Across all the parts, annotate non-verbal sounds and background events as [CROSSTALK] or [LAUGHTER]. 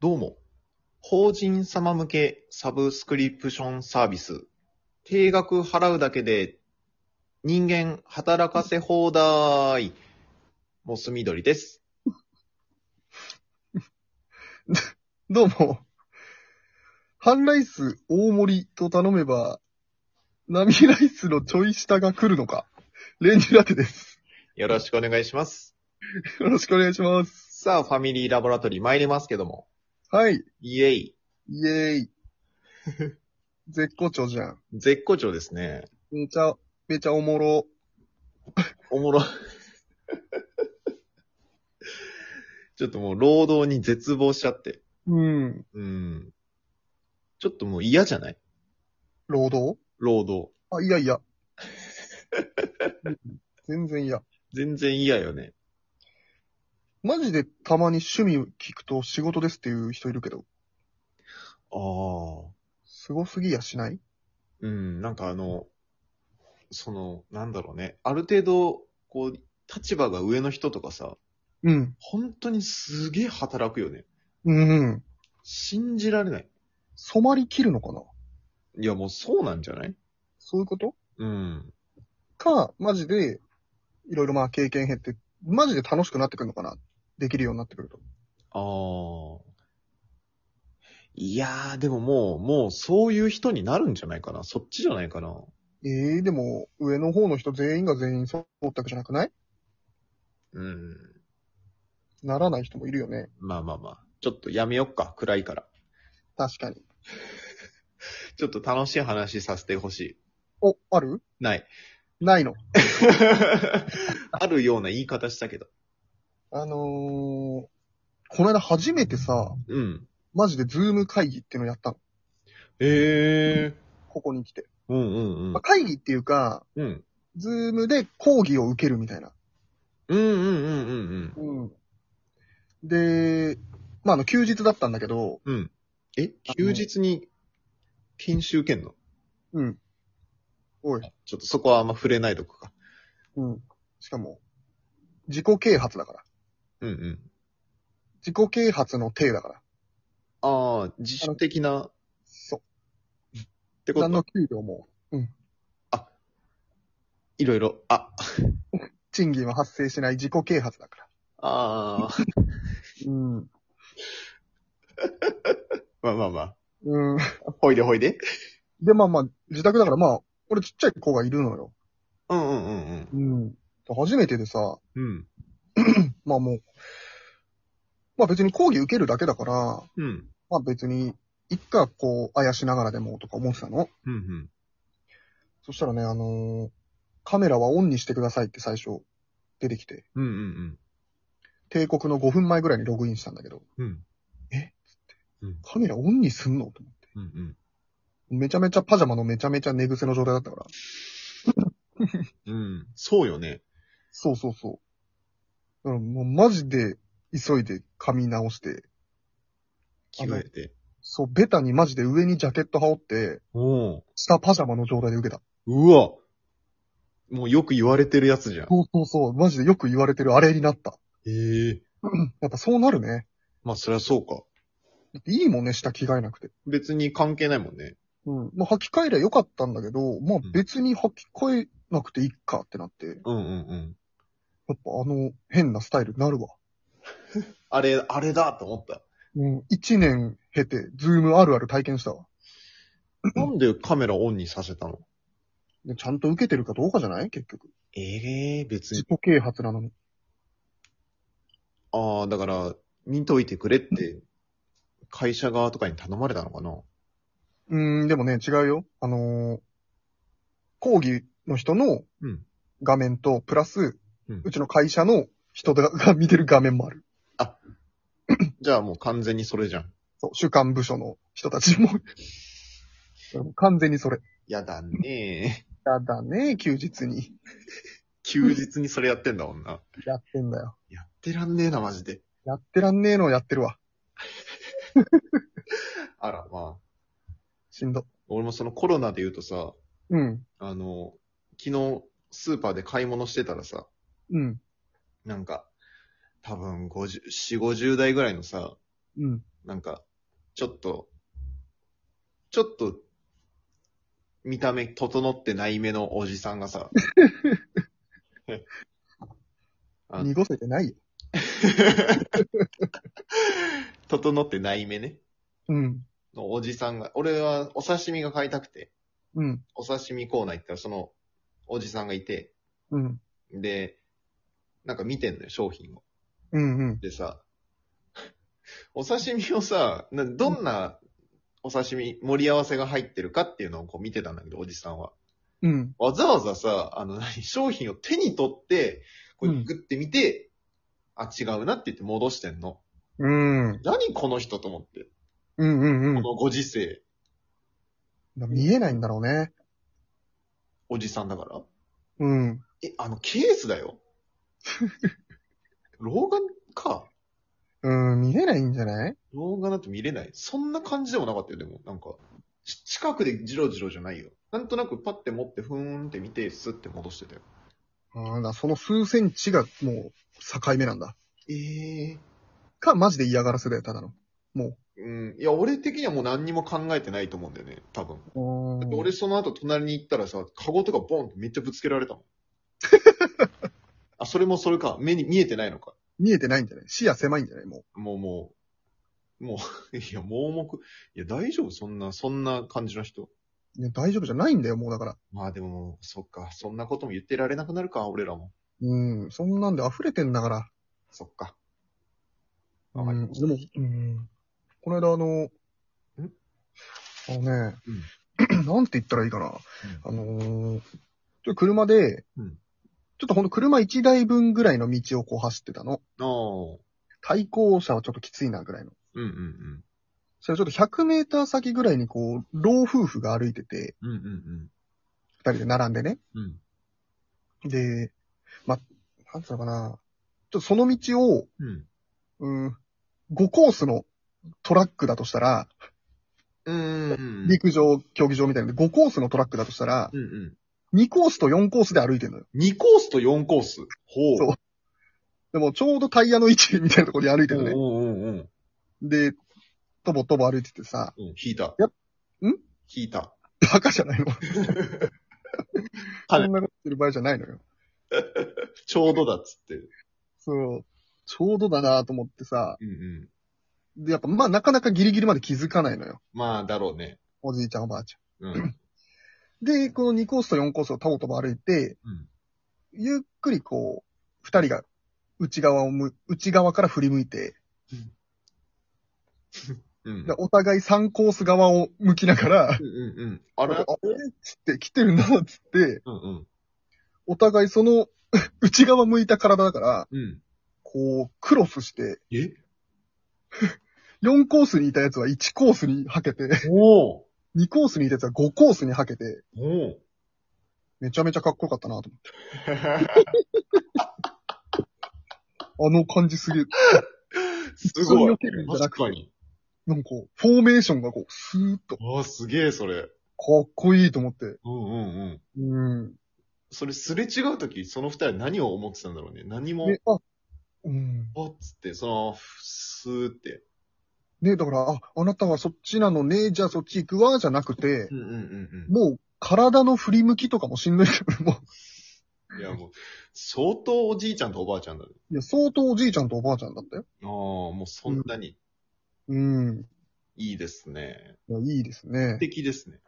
どうも。法人様向けサブスクリプションサービス。定額払うだけで人間働かせ放題。モス緑です。どうも。ハンライス大盛りと頼めば、ナミライスのちょい下が来るのか。レンジラテです。よろしくお願いします。よろしくお願いします。さあ、ファミリーラボラトリー参りますけども。はい。イエイ。イエーイ。絶好調じゃん。絶好調ですね。めちゃ、めちゃおもろ。おもろ。 [LAUGHS] ちょっともう労働に絶望しちゃって。うん。うん。ちょっともう嫌じゃない労働労働。あ、いやいや。うん全然いや。全然嫌よね。マジでたまに趣味聞くと仕事ですっていう人いるけど、ああ。凄すぎやしないうん、なんかあの、その、なんだろうね。ある程度、こう、立場が上の人とかさ、うん。本当にすげえ働くよね。うんうん。信じられない。染まりきるのかないや、もうそうなんじゃないそういうことうん。か、マジで、いろいろまあ経験減って、マジで楽しくなってくるのかなできるようになってくると。ああ。いやー、でももう、もうそういう人になるんじゃないかな。そっちじゃないかな。ええでも、上の方の人全員が全員そうったわけじゃなくないうん。ならない人もいるよね。まあまあまあ。ちょっとやめよっか、暗いから。確かに。ちょっと楽しい話させてほしい。お、ある [LAUGHS] ない。ないの。あるような言い方したけど。あのー、この間初めてさ、うん。マジでズーム会議っていうのやったの。ええここに来て。ー。うんうんうんまあ、。会議っていうか、うん。ズームで講義を受けるみたいな。うんうんうんうんうん。で、まあ、あの、休日だったんだけど、うん。うん。え休日に研修受けんのうん。おい。ちょっとそこはあんま触れないとこか。うん。しかも、自己啓発だから。うんうん。自己啓発の体だから。ああ、自主的な、っそてう。こ何との給料も、いろいろ。あ、賃金は発生しない自己啓発だから。ああ、 [LAUGHS] うん。まあまあまうん。あ。ほいでほいで。で、まあまあ、自宅だからまあ、俺ちっちゃい子がいるのよ。うんうんうんうん。うん。初めてでさ、うん。まあもう、まあ別に講義受けるだけだから、うん。まあ別に、いっかこう、あやしながらでもとか思ってたの。うんうん。そしたらね、あのーカメラはオンにしてくださいって最初出てきて、うんうん帝国の5分前ぐらいにログインしたんだけど、うん。うん。カメラオンにすんのと思って。うんうん。めちゃめちゃパジャマのめちゃめちゃ寝癖の状態だったから。うん。そうよね。そうそうそう。だからもうマジで急いで髪直して、着替えて。そう、ベタにマジで上にジャケット羽織って、お下パジャマの状態で受けた。うわ。もうよく言われてるやつじゃん。そうそうそう、マジでよく言われてるあれになった。ええやっぱそうなるね。まあそりゃそうか。だっていいもんね、下着替えなくて。別に関係ないもんね。うん。まあ、履き替えりゃよかったんだけど、まあん別に履き替えなくていいかってなって、やっうんうんうん。ぱあの変なスタイルになるわ。あれ、あれだと思 [CLEARS THROAT] った。うん。一年経て、ズームあるある体験したわ。なんでカメラオンにさせたのでちゃんと受けてるかどうかじゃない結局。ええ別自。己啓発なのに。ああ、だから、見といてくれって、会社側とかに頼まれたのかなうーん、でもね、違うよ。あのー講義の人のうん画面と、プラス、ううんちの会社の人が [LAUGHS] が見てる画面もある。じゃあもう完全にそれじゃん。そう、主管部署の人たちも。 [LAUGHS] 完全にそれ。やだねえ。やだね、休日に。休日にそれやってんだもんな。やってんだよ。やってらんねえな、マジで。やってらんねえのをやってるわ。あら、まあ。しんど。俺もそのコロナで言うとさ、うん。あの、昨日、スーパーで買い物してたらさ、うん。なんか、多分50、4、50代ぐらいのさ、うん。なんか、ちょっと、ちょっと、見た目整ってない目のおじさんがさ、あ [LAUGHS] 濁せてないよ。整ってない目ね、うん。のおじさんが、俺はお刺身が買いたくて、うん。お刺身コーナー行ったらそのおじさんがいて、うん。で、なんか見てんのよ、商品を。うん。うん。でさ、お刺身をさ、などんなお刺身、盛り合わせが入ってるかっていうのをこう見てたんだけど、おじさんは。うん。わざわざさ、あの、何商品を手に取って、こううんグってみて、あ、違うなって言って戻してんの。うん。うん。何この人と思って。うん。うこんのご時世、見えないんだろうね。おじさんだから。うん。え、あの、ケースだよ。老眼か。うん。見えないんじゃない老眼だと見れない。そんな感じでもなかったよ、でも。なんか、し近くでジロジロじゃないよ。なんとなくパッて持って、ふーんって見て、スッて戻してたよ。あーだからその数センチがもう境目なんだ。ええか、マジで嫌がらせだよ、ただの。うん。いや、俺的にはもう何にも考えてないと思うんだよね、多分。だって俺その後隣に行ったらさ、カゴとかボンってめっちゃぶつけられた [LAUGHS] もん。あ、それもそれか。目に見えてないのか。見えてないんじゃない視野狭いんじゃないももうもう、もう、 [LAUGHS] いや、盲目。いや、大丈夫そんな、そんな感じの人。う。いや大丈夫じゃないんだよ、もうだから。まあでも、そっか。そんなことも言ってられなくなるか、俺らも。うん。そんなんで溢れてんだから。そっか。わかうりん。ましでたも、うん。この間あの、んあのね、 [CLEARS THROAT] なんて言ったらいいかな。あのー、ちょっと車で、うんちょっとほんと車1台分ぐらいの道をこう走ってたの。ああ。対向車はちょっときついなぐらいの。うんうんそれちょっと100メーター先ぐらいにこう、老夫婦が歩いてて、うん。うんうん二人で並んでね。うん。うん。で、ま、なんつうのかな。ちょっとその道を、うん。うん、5コースのトラックだとしたら、うんうん。陸上、競技場みたいなんで、5コースのトラックだとしたら、うんうん。 2コースと4コースで歩いてんのよ。 2コースと4コース。ほう。そうでも、ちょうどタイヤの位置みたいなところに歩いてるね。おうおうおうおう。で、とぼとぼ歩いててさ、うん、引いた。やっん引いた。バカじ [LAUGHS] ゃないのそんなことしてる場合じゃないのよ。ちょうどだっつって。うそう。ちょうどだなと思ってさ、んうん。で、やっぱ、まあ、なかなかギリギリまで気づかないのよ。まあ、だろうね。おじいちゃん、おばあちゃうん。ん。で、この2コースと4コースをとぼとぼ歩いて、うんゆっくりこう、二人が内側をむ、内側から振り向いて、うん。でお互い3コース側を向きながらう、んうんうん。あ [LAUGHS] あれれっつって、来てるな、つって、うんうん。お互いその [LAUGHS] 内側向いた体だから、うん。こう、クロスして、え4コースにいたやつは1コースにはけて、おう2コースにいたやつは5コースにはけて、おうめちゃめちゃかっこよかったなと思って。あの感じすげえ。す普通にご避い。けるんじゃな確くて、かに。なんか、フォーメーションがこう、スーッと、かああ、すげえ、それ。っこいいと思って。うんうんうん。うん。それすれ違うとき、その二人は何を思ってたんだろうね。何も。で、あ、うん。おっつって、その、スーって。ね、だから、あ、あなたはそっちなのね、じゃあそっち行くわ、じゃなくんて、うんうんもう、体の振り向きとかもしんどいから、も [LAUGHS] うん。いやもう、相当おじいちゃんとおばあちゃんだね。う、いや、相当おじいちゃんとおばあちゃんだったよ。ああ、もうそんなにうん。いいですね。いや、いいですね素。敵ですね。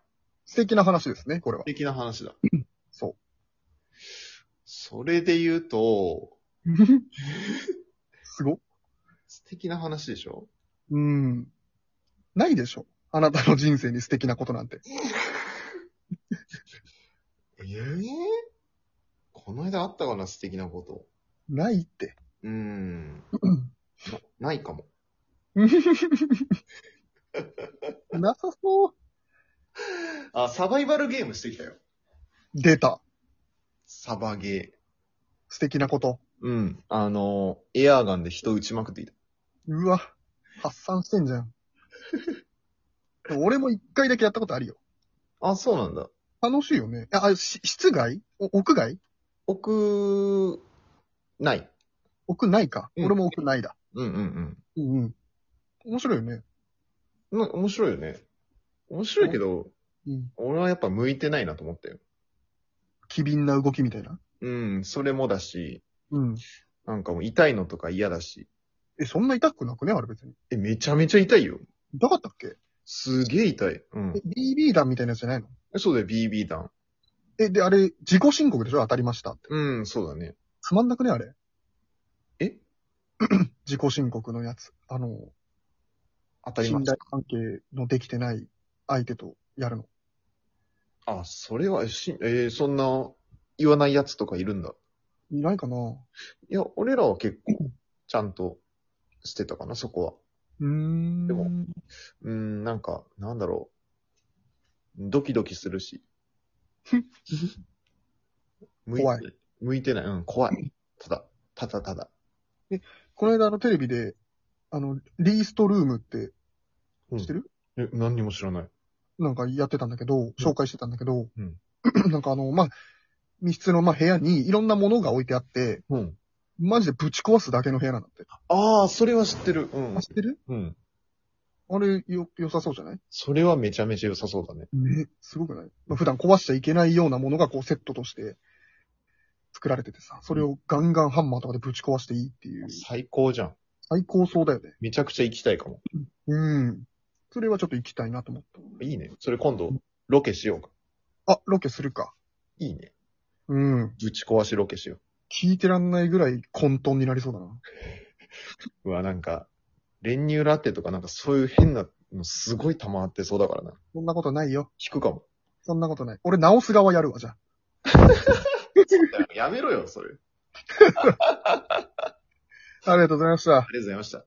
素敵な話ですね、これは素。敵な話だ。そそれで言うと、う。すごっ。素敵な話でしょうん。ないでしょ。あなたの人生に素敵なことなんて。ええこの間あったかな、素敵なこと。ないって。うー [CLEARS THROAT] ん。なないかも。なさそう。あ、サバイバルゲームしてきたよ。出た。サバゲー。素敵なこと。うん。あの、エアーガンで人撃ちまくっていた。うわ。発散してんじゃん。でも俺も一回だけやったことあるよ。あ、そうなんだ。楽しいよね。あ、あし室外お屋外奥、ない。屋内か。うん俺も屋内だ。うんうんうん。うんうん。面白いよね。な面白いよね。面白いけど、うん。俺はやっぱ向いてないなと思ったよ。機敏な動きみたいな。うん、それもだし、うん。なんかもう痛いのとか嫌だし。え、そんな痛くなくねあれ別に。え、めちゃめちゃ痛いよ。痛かったっけすげえ痛い。うんえ。、BB 弾みたいなやつじゃないのそうだよ、BB 弾。え、で、あれ、自己申告でしょ当たりましたって。うん、そうだね。つまんなくねあれ。え [CLEARS THROAT] 自己申告のやつ。あの、当たりま信した頼。関係のできてない相手とやるの。あ、それは、しえーそんな、言わないやつとかいるんだ。いないかないや、俺らは結構、ちゃんと、してたかな、そこは。うーん。でも。うん、なんか、なんだろう。ドキドキする [LAUGHS] し。向て怖い。向いてない。うん、怖い。ただ、ただただ。この間あのテレビで、あの、リーストルームってうん知ってる、え、何にも知らない。なんかやってたんだけど、紹介してたんだけど、うん [CLEARS THROAT] なんかあの、まあ、密室のまあ部屋にいろんなものが置いてあって、うん。マジでぶち壊すだけの部屋なんだって。ああ、それは知ってる。うんあ、。知ってるうん。あれ、よ、良さそうじゃないそれはめちゃめちゃ良さそうだね。ね、すごくない、まあ、普段壊しちゃいけないようなものがこうセットとして作られててさ、それをガンガンハンマーとかでぶち壊していいっていう、最高じゃん。最高そうだよね。めちゃくちゃ行きたいかも。うん。それはちょっと行きたいなと思っいいね。それ今度、ロケしようか。た。あ、ロケするか。いいね。うん。ぶち壊しロケしよ聞いてらんないぐらい混沌になりそうだな。う。うわ、なんか、練乳ラテとかなんかそういう変なのすごい溜まってそうだからな。そんなことないよ。引くかも。そんなことない。俺直す側やるわ、じゃあ。 [LAUGHS] やめろよ、それ。ありがとうございました。ありがとうございました。